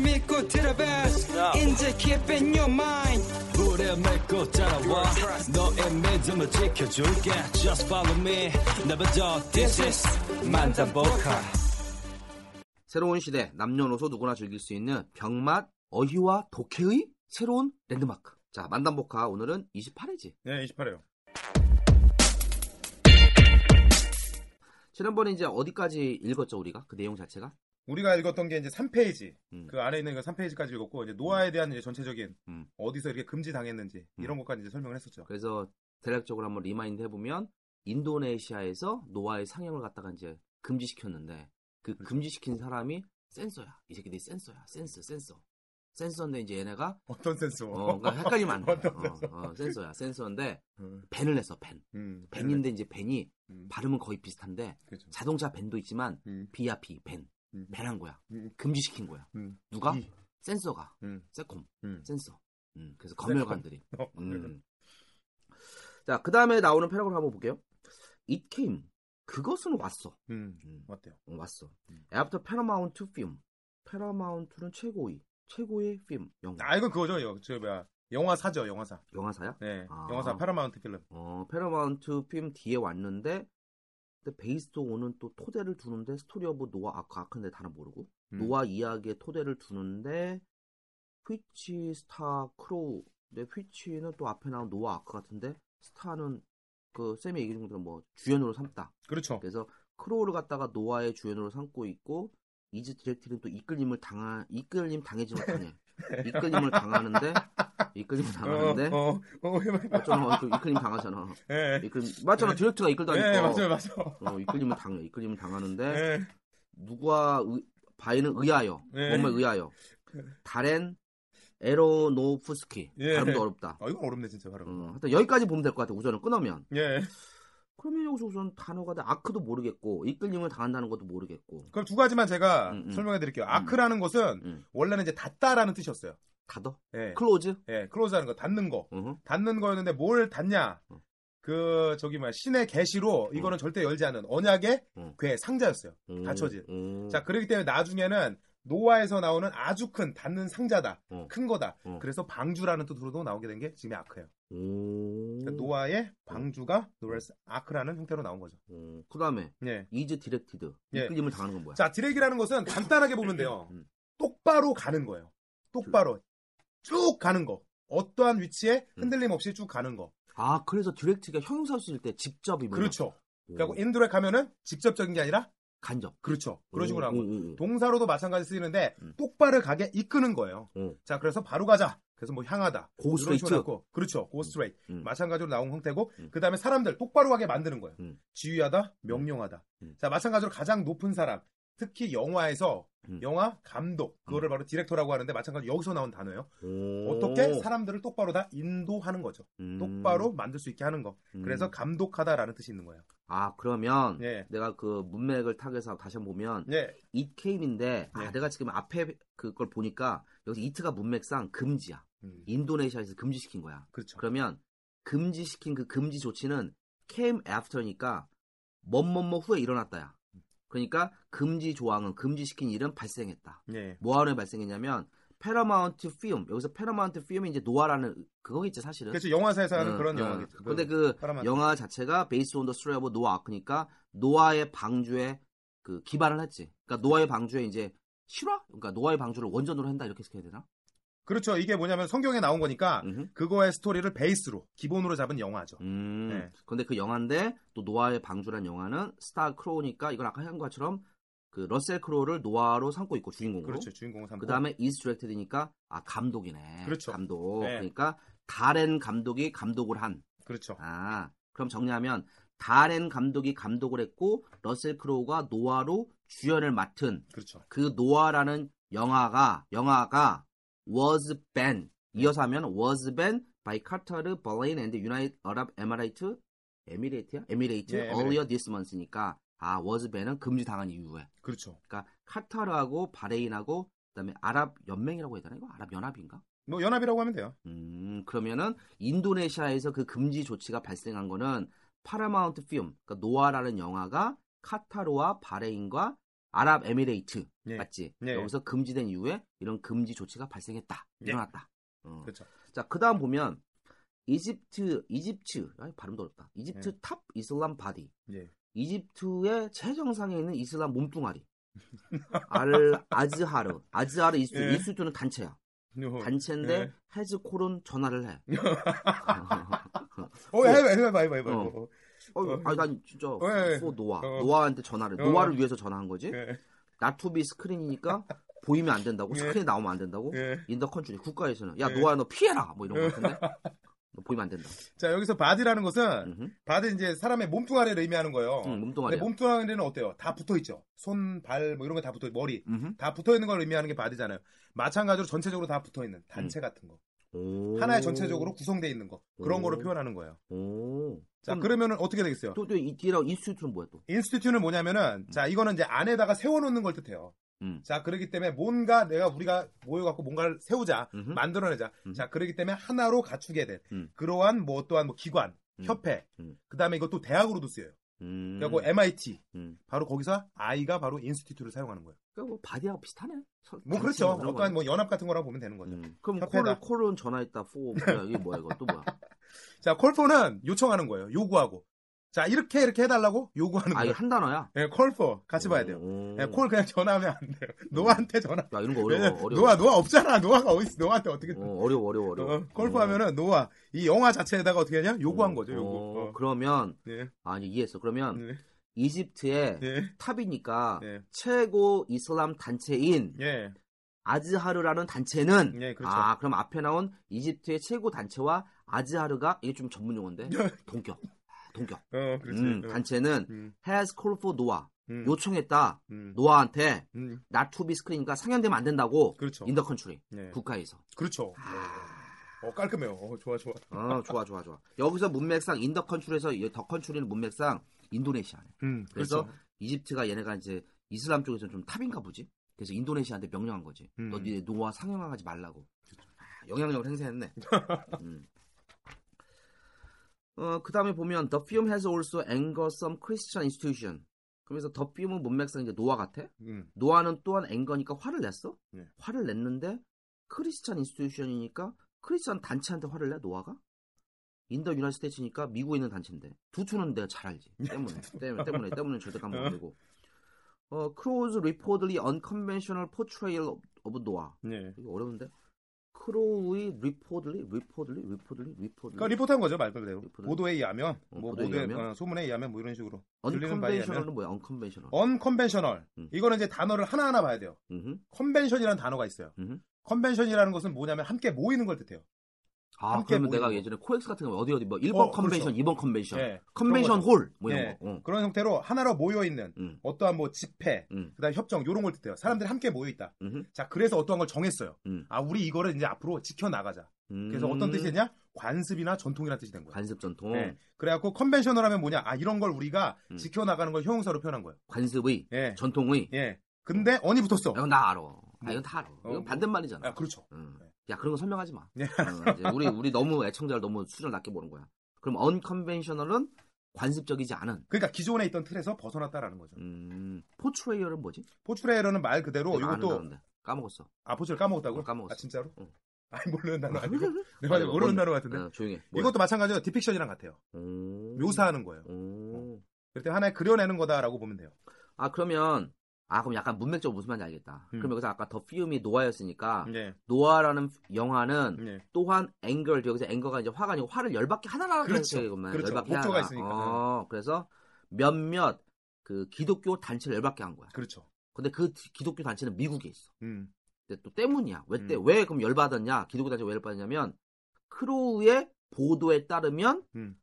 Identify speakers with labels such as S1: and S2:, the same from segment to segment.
S1: 믿고 들어봐 이제 keep in your mind
S2: 불에 맺고 따라와 너의 믿음을 지켜줄게 Just follow me Never do This is 만다보카
S3: 새로운 시대 남녀노소 누구나 즐길 수 있는 병맛, 어휘와 독해의 새로운 랜드마크. 자, 만담복화 오늘은 28회지.
S4: 네, 28회요.
S3: 지난번에 이제 어디까지 읽었죠, 우리가? 그 내용 자체가?
S4: 우리가 읽었던 게 이제 3페이지.
S3: 음.
S4: 그 안에 있는 그 3페이지까지 읽었고 이제 노아에 대한 이제 전체적인
S3: 음.
S4: 어디서 이렇게 금지 당했는지
S3: 음.
S4: 이런 것까지 이제 설명을 했었죠.
S3: 그래서 대략적으로 한번 리마인드 해보면 인도네시아에서 노아의 상영을 갖다가 이제 금지시켰는데 그 금지시킨 사람이 센서야. 이 새끼들이 센서야. 센서, 센서. 센서인데 이제 얘네가
S4: 어떤 센스?
S3: 어, 그러니까 헷갈리면 안 돼.
S4: 어떤
S3: 어,
S4: 센서?
S3: 어, 센서야. 센서인데
S4: 음,
S3: 벤을 냈어, 벤.
S4: 음,
S3: 벤인데 이제 벤이
S4: 음,
S3: 발음은 거의 비슷한데
S4: 그렇죠.
S3: 자동차 벤도 있지만
S4: 음,
S3: 비야 비, 벤.
S4: 음,
S3: 벤한 거야.
S4: 음,
S3: 금지시킨 거야.
S4: 음,
S3: 누가?
S4: 이,
S3: 센서가.
S4: 음,
S3: 세콤.
S4: 음.
S3: 센서. 음, 그래서 검열관들이.
S4: 어,
S3: 음. 자, 그 다음에 나오는 패러그램 한번 볼게요. It came. 그것은 왔어.
S4: 음,
S3: 음,
S4: 맞대요.
S3: 어, 왔어.
S4: 음.
S3: After Paramount Film. Paramount는 최고의. 최고의 film. 영화.
S4: 아, 이건 그거죠. 여, 저 뭐야? 영화사죠, 영화사.
S3: 영화사야?
S4: 네,
S3: 아.
S4: 영화사 파라마운트 필름.
S3: 어, 페러마운트 핌 뒤에 왔는데 근데 베이스드 오는 또 토대를 두는데 스토리 오브 노아 아까 아까인데 다는 모르고
S4: 음.
S3: 노아 이야기에 토대를 두는데 휘치 스타 크로우 근데 휘치는 또 앞에 나온 노아 아까 같은데 스타는 그 쌤이 얘기 중대로 뭐 주연으로 삼다
S4: 그렇죠.
S3: 그래서 크로우를 갖다가 노아의 주연으로 삼고 있고 이즈 디렉티는 또 이끌림을 당한 이끌림 당하지 못하네 이끌림을 당하는데 이끌림을 당하는데 아,
S4: 어, 어, 어, 해봐요.
S3: 어쩌나 좀 이끌림 당하잖아
S4: 예,
S3: 이끌 맞잖아
S4: 네.
S3: 디렉트가 이끌다
S4: 예,
S3: 니까 네?
S4: 맞아요, 맞아요.
S3: 어, 이끌림을 당해 이끌림을 당하는데
S4: 예,
S3: 누가 의, 바이는 의하여
S4: 네.
S3: 정말 의하여 다렌 에로노프스키
S4: 예.
S3: 발음도 어렵다
S4: 아, 이건 어렵네 진짜 발음.
S3: 어, 하여튼 여기까지 보면 될 것 같아 우선은 끊으면
S4: 예,
S3: 그러면 여기서 우선 단어가 돼. 아크도 모르겠고 이끌림을 당한다는 것도 모르겠고
S4: 그럼 두 가지만 제가
S3: 음, 음.
S4: 설명해드릴게요. 아크라는 것은
S3: 음. 그
S4: 원래는 이제 닫다라는 뜻이었어요.
S3: 닫어
S4: 예,
S3: 클로즈
S4: 예, 클로즈하는 거, 닫는 거.
S3: 어허.
S4: 닿는 거였는데 뭘 닿냐?
S3: 어.
S4: 그 저기 뭐야 신의 계시로
S3: 음.
S4: 이거는 절대 열지 않은 언약의
S3: 어.
S4: 괴 상자였어요.
S3: 음,
S4: 닫혀진.
S3: 음.
S4: 자 그렇기 때문에 나중에는 노아에서 나오는 아주 큰 닿는 상자다,
S3: 어.
S4: 큰 거다.
S3: 어.
S4: 그래서 방주라는 뜻으로도 나오게 된 게 지금의 아크예요.
S3: 오.
S4: 그러니까
S3: 음.
S4: 노아의 방주가 노레스 아크라는 형태로 나온 거죠.
S3: 어, 그다음에
S4: 예.
S3: 이즈 디렉티드
S4: 예.
S3: 이끌림을 당하는 건 뭐야
S4: 자 디렉이라는 것은 간단하게 보면 돼요.
S3: 음.
S4: 똑바로 가는 거예요. 똑바로 쭉 가는 거. 어떠한 위치에 흔들림 없이 쭉 가는 거.
S3: 아 그래서 디렉트가 형용사 쓸 때 직접이 뭐야?
S4: 그렇죠.
S3: 오.
S4: 그리고 인도렉 하면은 직접적인 게 아니라
S3: 간접
S4: 그렇죠. 그런 식으로
S3: 오,
S4: 하고
S3: 오, 오.
S4: 동사로도 마찬가지 쓰이는데
S3: 음.
S4: 똑바로 가게 이끄는 거예요.
S3: 음.
S4: 자, 그래서 바로 가자. 그래서 뭐 향하다.
S3: Go
S4: 이런 식으로
S3: straight.
S4: 해갖고. 그렇죠. go straight.
S3: 음.
S4: 마찬가지로 나온 형태고
S3: 음.
S4: 그다음에 사람들 똑바로 가게 만드는 거예요.
S3: 음.
S4: 지휘하다, 명령하다.
S3: 음.
S4: 자, 마찬가지로 가장 높은 사람, 특히 영화에서
S3: 음.
S4: 영화 감독 그거를 바로 디렉터라고 하는데 마찬가지로 여기서 나온 단어예요.
S3: 오.
S4: 어떻게 사람들을 똑바로 다 인도하는 거죠.
S3: 음.
S4: 똑바로 만들 수 있게 하는 거.
S3: 음.
S4: 그래서 감독하다라는 뜻이 있는 거예요.
S3: 아 그러면
S4: 예.
S3: 내가 그 문맥을 타겟해서 다시 한번 보면
S4: 예.
S3: it came인데
S4: 예.
S3: 아 내가 지금 앞에 그걸 보니까 여기서 it가 문맥상 금지야
S4: 음,
S3: 인도네시아에서 금지시킨 거야
S4: 그렇죠.
S3: 그러면 금지시킨 그 금지 조치는 came after니까 뭐뭐뭐 후에 일어났다야 그러니까 금지 조항은 금지시킨 일은 발생했다
S4: 예.
S3: 뭐하러 발생했냐면 페라마운트 필름 여기서 페라마운트 필름이 이제 노아라는 그거겠지 사실은
S4: 그렇죠. 영화사에서 하는
S3: 응,
S4: 그런
S3: 응.
S4: 영화겠죠.
S3: 음, 어, 근데 그
S4: 사람한테.
S3: 영화 자체가 베이스 온 더 스토리 오브 노아 그러니까 노아의 방주에 그
S4: 음.
S3: 기반을 했지. 그러니까 노아의 방주에 이제 실화? 그러니까 노아의 방주를 원전으로 한다 이렇게 해야 되나?
S4: 그렇죠. 이게 뭐냐면 성경에 나온 거니까
S3: 음흠.
S4: 그거의 스토리를 베이스로 기본으로 잡은 영화죠.
S3: 음.
S4: 네.
S3: 근데 그 영화인데 또 노아의 방주란 영화는 스타 크로우니까 이건 아까 한 것처럼 그 러셀 크로우를 노아로 삼고 있고 주인공으로.
S4: 그렇죠. 주인공은 삼고.
S3: 그다음에 이스 디렉트드니까 아 감독이네.
S4: 그렇죠.
S3: 감독.
S4: 네.
S3: 그러니까 다렌 감독이 감독을 한.
S4: 그렇죠.
S3: 아. 그럼 정리하면 다렌 감독이 감독을 했고 러셀 크로우가 노아로 주연을 맡은
S4: 그렇죠.
S3: 그 노아라는 영화가 영화가 was banned 이어서 하면 was banned by Qatar, Bahrain and United Arab Emirates 에미레이트야? 에미레이트
S4: 예, 에미레이트.
S3: earlier this month니까 아 was banned은 금지당한 이후에
S4: 그렇죠.
S3: 그러니까 카타르하고 바레인하고 그다음에 아랍 연맹이라고 해야 되나 이거 아랍 연합인가?
S4: 뭐 연합이라고 하면 돼요.
S3: 음 그러면은 인도네시아에서 그 금지 조치가 발생한 거는 파라마운트 필름 그러니까 노아라는 영화가 카타르와 바레인과 아랍 에미레이트
S4: 예.
S3: 맞지?
S4: 예.
S3: 여기서 금지된 이후에 이런 금지 조치가 발생했다.
S4: 예.
S3: 일어났다. 어.
S4: 그렇죠.
S3: 자, 그다음 보면 이집트 이집트 아, 발음도 어렵다. 이집트
S4: 예.
S3: 탑 이슬람 바디.
S4: 예.
S3: 이집트의 최정상에 있는 이슬람 몸뚱아리. 알 아즈하르. 아즈하르 이집트.
S4: 예.
S3: 이집트는 단체야. 단체인데
S4: 예.
S3: 헤즈콜은 전화를 해.
S4: 어, 해봐, 해봐, 해봐, 해봐.
S3: 어.
S4: 어.
S3: 어, 아니 난 진짜
S4: 예.
S3: 포 노아.
S4: 어.
S3: 노아한테 전화를.
S4: 어.
S3: 노아를 위해서 전화한 거지.
S4: 예,
S3: 나투비 스크린이니까 보이면 안 된다고.
S4: 예.
S3: 스크린에 나오면 안 된다고.
S4: 예.
S3: 인더 컨트리 국가에서는 야
S4: 예.
S3: 노아야 너 피해라 뭐 이런 거 같은데 너 보이면 안 된다.
S4: 자, 여기서 바디라는 것은
S3: 음,
S4: 바디 이제 사람의 몸뚱아리를 의미하는 거예요.
S3: 응,
S4: 근데
S3: 음, 몸뚱아리.
S4: 어. 몸뚱아리는 어때요? 다 붙어 있죠. 손, 발 뭐 이런 거 다 붙어 있 머리
S3: 음.
S4: 다 붙어 있는 걸 의미하는 게 바디잖아요. 마찬가지로 전체적으로 다 붙어 있는 단체
S3: 음.
S4: 같은 거. 하나의 전체적으로 구성되어 있는 거. 그런
S3: 오.
S4: 거로 표현하는 거예요.
S3: 오.
S4: 자,
S3: 그럼-
S4: 그러면은 어떻게 되겠어요?
S3: 또 또 이 뒤랑 인스튜트는 뭐야 또?
S4: 인스티튜는 뭐냐면은 자, 이거는 이제 안에다가 세워 놓는 걸 뜻해요.
S3: 음.
S4: 자, 그러기 때문에 뭔가 내가 우리가 모여 갖고 뭔가를 세우자.
S3: 음흠.
S4: 만들어내자.
S3: 음.
S4: 자, 그러기 때문에 하나로 갖추게 된
S3: 음.
S4: 그러한 뭐 또한 뭐 기관,
S3: 음.
S4: 협회,
S3: 음.
S4: 그 다음에 이것도 대학으로도 쓰여요.
S3: 음.
S4: 그리고 MIT
S3: 음.
S4: 바로 거기서 I가 바로 인스티튜트를 사용하는 거예요.
S3: 그러니까 뭐 바디하고 비슷하네. 설-
S4: 뭐
S3: 단체
S4: 그렇죠. 뭐
S3: 그런 거.
S4: 어떠한 뭐 연합 같은 거라고 보면 되는 거죠.
S3: 음. 그럼
S4: 협회다.
S3: 콜 콜은 전화했다 포 뭐야 이게 뭐야 이거 또 뭐야?
S4: 자, 콜포는 요청하는 거예요. 요구하고. 자, 이렇게 이렇게 해달라고 요구하는
S3: 아 이거
S4: 거예요.
S3: 한 단어야.
S4: 예, 콜포 같이 봐야 돼요.
S3: 오. 음.
S4: 예, 콜 그냥 전화하면 안 돼요. 노아한테 전화.
S3: 야 이런 거 어려워
S4: 왜냐면
S3: 어려워.
S4: 네, 노아 노아 없잖아. 노아가 어디 있어? 노아한테 어떻게?
S3: 어, 어려워 어려워 어려워.
S4: 어, 콜포하면은 노아 이 영화 자체에다가 어떻게 하냐? 요구한
S3: 어,
S4: 거죠. 요구.
S3: 어,
S4: 어.
S3: 그러면
S4: 예,
S3: 아니 이해했어. 그러면
S4: 예,
S3: 이집트의
S4: 예,
S3: 탑이니까
S4: 예,
S3: 최고 이슬람 단체인
S4: 예,
S3: 아즈하르라는 단체는
S4: 예, 그렇죠.
S3: 아 그럼 앞에 나온 이집트의 최고 단체와 아즈하르가 이게 좀 전문 용어인데 동격 동격
S4: 어, 그렇지.
S3: 음,
S4: 어.
S3: 단체는
S4: 음,
S3: has called for 노아
S4: 음,
S3: 요청했다
S4: 음,
S3: 노아한테
S4: 음,
S3: 나투비 스크린이니까 상연되면 안 된다고
S4: 그렇죠.
S3: 인더 컨트리
S4: 예,
S3: 국가에서
S4: 그렇죠.
S3: 아.
S4: 어, 어, 깔끔해요. 어, 좋아, 좋아.
S3: 어 좋아 좋아 좋아 여기서 문맥상 인더 컨트리에서 더 컨트리는 문맥상 인도네시아네
S4: 음,
S3: 그래서
S4: 그렇죠.
S3: 이집트가 얘네가 이제 이슬람 쪽에서는 좀 탑인가 보지. 그래서 인도네시아한테 명령한 거지.
S4: 음.
S3: 너 니네 노아 상영하지 말라고. 아, 영향력을 행사했네. 음. 어, 그 다음에 보면 The film has also angered some Christian institution. 그러면서 The film은 문맥상 이제 노아 같아.
S4: 음,
S3: 노아는 또한 앵거니까 화를 냈어.
S4: 네.
S3: 화를 냈는데 크리스찬 인스티튜션이니까 크리스찬 단체한테 화를 내 노아가 인더 유나이스테이츠니까 미국에 있는 단체인데 두투는 내가 잘 알지
S4: 네,
S3: 때문에 때문에 때문에 때문에 절대 까먹 안 되고 어 크로우즈 리포드리 언컨벤셔널 포트레일 오브 노아
S4: 예.
S3: 이거 어려운데 크로우의 리포드리 리포드리 리포드리 리포드리
S4: 그러니까 리포트한 거죠, 말 그대로.
S3: 음. 리포트.
S4: 보도에 의하면,
S3: 어,
S4: 뭐,
S3: 보도에
S4: 보도에,
S3: 의하면?
S4: 어, 소문에 의하면, 뭐, 이런 어? 식으로. 들리는 바에 의하면.
S3: 언컨벤셔널은 뭐야 언컨벤셔널
S4: 언컨벤셔널.
S3: 어. 음.
S4: 이거는 이제 단어를 하나하나 봐야 돼요.
S3: 음.
S4: 컨벤션이라는 단어가 있어요.
S3: 음.
S4: 컨벤션이라는 것은 뭐냐면, 함께 모이는 걸 뜻해요.
S3: 아
S4: 함께
S3: 그러면
S4: 모이는
S3: 내가
S4: 거.
S3: 예전에 코엑스 같은 거 어디 어디 뭐
S4: 어,
S3: 1번
S4: 그렇죠.
S3: 컨벤션 이 2번 컨벤션
S4: 예.
S3: 컨벤션
S4: 그런
S3: 홀 뭐 이런
S4: 예.
S3: 거. 어.
S4: 그런 형태로 하나로 모여있는,
S3: 음.
S4: 어떠한 뭐, 집회,
S3: 음.
S4: 그 다음 협정, 요런 걸 뜻해요. 사람들이 함께 모여있다.
S3: 음흠.
S4: 자, 그래서 어떠한 걸 정했어요.
S3: 음.
S4: 아, 우리 이거를 이제 앞으로 지켜나가자. 그래서
S3: 음.
S4: 어떤 뜻이냐? 관습이나 전통이라는 뜻이 된 거예요.
S3: 관습 전통,
S4: 예. 그래갖고 컨벤셔널 하면 뭐냐? 아 이런 걸 우리가
S3: 음.
S4: 지켜나가는 걸 형용사로 표현한 거예요.
S3: 관습의,
S4: 예,
S3: 전통의.
S4: 예. 근데
S3: 음.
S4: 언이 붙었어.
S3: 이건 나 알아. 아, 이건 다 알아.
S4: 뭐.
S3: 이건 반대말이잖아.
S4: 아 그렇죠.
S3: 음.
S4: 네.
S3: 야, 그런 거 설명하지 마.
S4: 네.
S3: 어, 이제 우리 우리 너무 애청자를 너무 수준 낮게 보는 거야. 그럼 언컨벤셔널은 관습적이지 않은.
S4: 그러니까 기존에 있던 틀에서 벗어났다라는 거죠.
S3: 음, 포트레이어는 뭐지?
S4: 포트레이러는 말 그대로
S3: 내가 아는
S4: 이것도
S3: 단어인데. 까먹었어.
S4: 아 포트를 까먹었다고?
S3: 네, 어, 까먹었어.
S4: 아 진짜로?
S3: 응.
S4: 아니 모르는 단어 아니고 내가
S3: 아니, 뭔-
S4: 모르는 단어 같은데.
S3: 어, 조용해.
S4: 이것도 마찬가지로 디픽션이랑 같아요. 묘사하는 거예요.
S3: 오.
S4: 그때 하나의 그려내는 거다라고 보면 돼요.
S3: 아 그러면 아 그럼 약간 문맥적으로 무슨 말인지 알겠다.
S4: 음.
S3: 그럼 여기서 아까 더 피움이 노아였으니까
S4: 네.
S3: 노아라는 영화는
S4: 네.
S3: 또한 앵글 여기서 앵거가 이제 화가 아니고 화를 열받게 하나라는
S4: 그렇죠.
S3: 뜻이구만.
S4: 그렇죠.
S3: 열받게
S4: 목조가
S3: 하나.
S4: 있으니까.
S3: 어, 그래서 몇몇 그 기독교 단체를 열받게 한 거야.
S4: 그렇죠.
S3: 근데 그 디- 기독교 단체는 미국에 있어.
S4: 음.
S3: 근데 또 때문이야. 왜 때?
S4: 음.
S3: 왜 그럼 열받았냐? 기독교 단체 왜 열받았냐면 크로우의 보도에 따르면
S4: 음.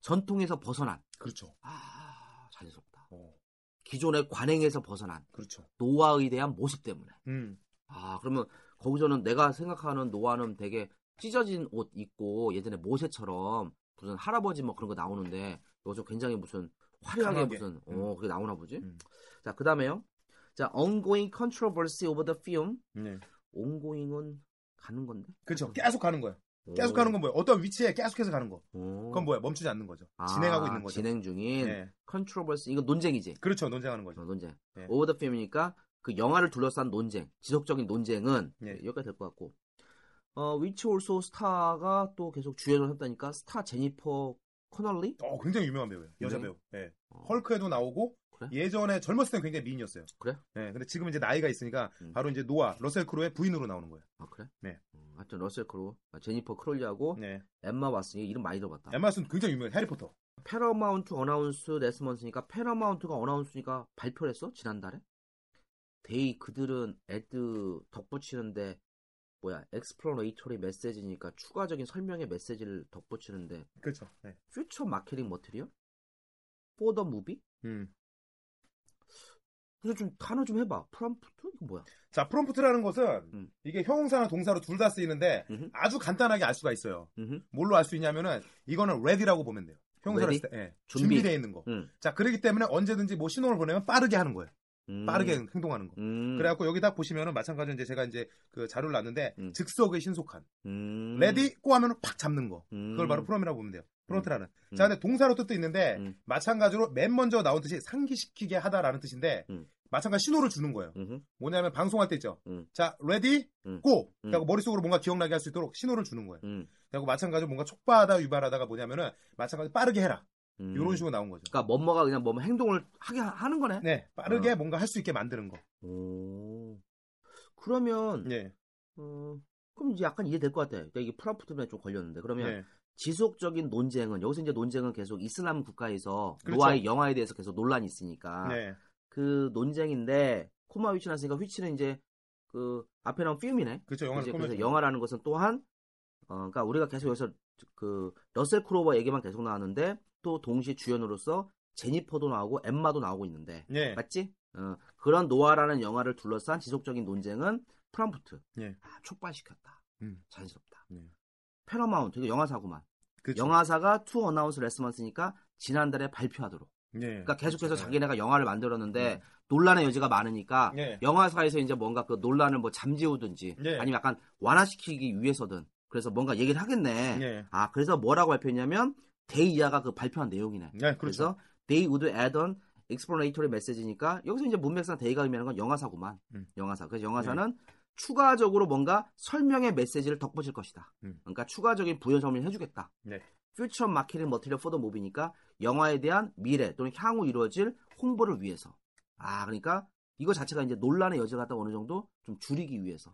S3: 전통에서 벗어난
S4: 그렇죠.
S3: 아 자연스럽다.
S4: 어,
S3: 기존의 관행에서 벗어난
S4: 그렇죠.
S3: 노아에 대한 모습 때문에.
S4: 음.
S3: 아 그러면 거기서는 내가 생각하는 노아는 되게 찢어진 옷 입고 예전에 모세처럼 무슨 할아버지 뭐 그런 거 나오는데 이거 좀 굉장히 무슨 화려하게
S4: 강하게.
S3: 무슨
S4: 음.
S3: 어 그게 나오나 보지
S4: 음.
S3: 자 그다음에요 자 ongoing controversy over the film
S4: 네.
S3: ongoing은 가는 건데
S4: 그렇죠. 계속 가는 거예요. 계속
S3: 오.
S4: 가는 건 뭐예요? 어떤 위치에 계속해서 가는 거.
S3: 오.
S4: 그건 뭐야? 멈추지 않는 거죠.
S3: 아,
S4: 진행하고 있는 거죠.
S3: 진행 중인
S4: 네.
S3: controversy 이거 논쟁이지
S4: 그렇죠. 논쟁하는
S3: 어,
S4: 거죠.
S3: 논쟁
S4: 네.
S3: over the film이니까 그 영화를 둘러싼 논쟁 지속적인 논쟁은 예,
S4: 네.
S3: 여기까지 될 것 같고 어 위치 올소 스타가 또 계속 주연을 했다니까 스타 제니퍼 코널리
S4: 어, 굉장히 유명한 배우예요. 여자
S3: 네.
S4: 배우. 예.
S3: 어,
S4: 헐크에도 나오고
S3: 그래?
S4: 예전에 젊었을 땐 굉장히 미인이었어요.
S3: 그래?
S4: 예. 근데 지금 이제 나이가 있으니까
S3: 음.
S4: 바로 이제 노아, 러셀 크로의 부인으로 나오는 거예요.
S3: 아 그래?
S4: 네.
S3: 음, 하여튼 러셀 크로 아, 제니퍼 크롤리하고
S4: 네.
S3: 엠마 왓슨이 이름 많이 들어봤다
S4: 엠마슨 굉장히 유명해요. 해리포터.
S3: 패러마운트 어나운스 레스먼스니까 패러마운트가 어나운스니까 발표를 했어 지난달에 데이 그들은 애드 덧붙이는데 뭐야 엑스플로레이토리 메시지니까 추가적인 설명의 메시지를 덧붙이는데
S4: 그렇죠. 네.
S3: 퓨처 마케팅 머티리얼? 포더 무비?
S4: 음.
S3: 그래서 좀 단어 좀 해봐. 프롬프트? 이거 뭐야?
S4: 자, 프롬프트라는 것은
S3: 음.
S4: 이게 형용사나 동사로 둘 다 쓰이는데
S3: 음흠.
S4: 아주 간단하게 알 수가 있어요.
S3: 음흠.
S4: 뭘로 알 수 있냐면은 이거는 ready라고 보면 돼요. 형용사로
S3: Ready?
S4: 했을 때 예.
S3: 준비.
S4: 준비되어 있는 거.
S3: 음.
S4: 자, 그러기 때문에 언제든지 뭐 신호를 보내면 빠르게 하는 거예요.
S3: 음.
S4: 빠르게 행동하는 거.
S3: 음.
S4: 그래갖고 여기 딱 보시면은 마찬가지로 이제 제가 이제 그 자료를 놨는데
S3: 음.
S4: 즉석의 신속한
S3: 음.
S4: 레디 꼬 하면 팍 잡는 거.
S3: 음.
S4: 그걸 바로 프롬이라고 보면 돼요. 프론트라는.
S3: 음.
S4: 자, 근데 동사로 뜻도 있는데
S3: 음.
S4: 마찬가지로 맨 먼저 나온 뜻이 상기시키게 하다라는 뜻인데
S3: 음.
S4: 마찬가지 신호를 주는 거예요.
S3: 음흠.
S4: 뭐냐면 방송할 때 있죠.
S3: 음.
S4: 자, 레디
S3: 음.
S4: 꼬.
S3: 음.
S4: 그리고 머릿속으로 뭔가 기억나게 할 수 있도록 신호를 주는 거예요.
S3: 음.
S4: 그리고 마찬가지로 뭔가 촉발하다 유발하다가 뭐냐면은 마찬가지 로 빠르게 해라.
S3: 음.
S4: 이런 식으로 나온 거죠.
S3: 그러니까 뭐뭐가 그냥 뭐뭐 행동을 하게 하- 하는 거네.
S4: 네, 빠르게
S3: 어.
S4: 뭔가 할 수 있게 만드는 거.
S3: 오. 그러면
S4: 예,
S3: 어, 그럼 이제 약간 이해될 것 같아. 그러니까 이게 프롬프트에 좀 걸렸는데 그러면
S4: 예.
S3: 지속적인 논쟁은 여기서 이제 논쟁은 계속 이슬람 국가에서
S4: 그렇죠.
S3: 노아의 영화에 대해서 계속 논란이 있으니까
S4: 네,
S3: 그 논쟁인데 코마 위치 났으니까 위치는 이제 그 앞에 나온 ფილ미네.
S4: 그렇죠. 영화를
S3: 이제
S4: 꾸며.
S3: 그래서 영화라는 것은 또한 어, 그러니까 우리가 계속 여기서 그 러셀 크로버 얘기만 계속 나왔는데 또 동시에 주연으로서 제니퍼도 나오고 엠마도 나오고 있는데
S4: 예,
S3: 맞지? 어, 그런 노아라는 영화를 둘러싼 지속적인 논쟁은 프롬프트
S4: 예.
S3: 아, 촉발시켰다.
S4: 음.
S3: 자연스럽다.
S4: 네.
S3: 패러마운트 이거 영화사구만.
S4: 그렇죠.
S3: 영화사가 투 어나운스 레스먼스니까 지난달에 발표하도록.
S4: 예,
S3: 그러니까 계속해서
S4: 그렇죠.
S3: 자기네가 영화를 만들었는데
S4: 음.
S3: 논란의 여지가 많으니까
S4: 예.
S3: 영화사에서 이제 뭔가 그 논란을 뭐 잠재우든지
S4: 예.
S3: 아니면 약간 완화시키기 위해서든 그래서 뭔가 얘기를 하겠네.
S4: 예,
S3: 아 그래서 뭐라고 발표했냐면 데이아가 그 발표한 내용이네.
S4: 예,
S3: 그
S4: 그렇죠.
S3: 래서 they would add on explanatory message니까 여기서 이제 문맥상 데이가 의미하는 건 영화사구만.
S4: 음.
S3: 영화사. 그래서 영화사는 추가적으로 뭔가 설명의 메시지를 덧붙일 것이다.
S4: 음.
S3: 그러니까 추가적인 부연 설명을 해주겠다.
S4: 네.
S3: 퓨처 마케팅 머티리얼 포더 모비니까 영화에 대한 미래 또는 향후 이루어질 홍보를 위해서. 아 그러니까 이거 자체가 이제 논란의 여지가 갖다 어느 정도 좀 줄이기 위해서.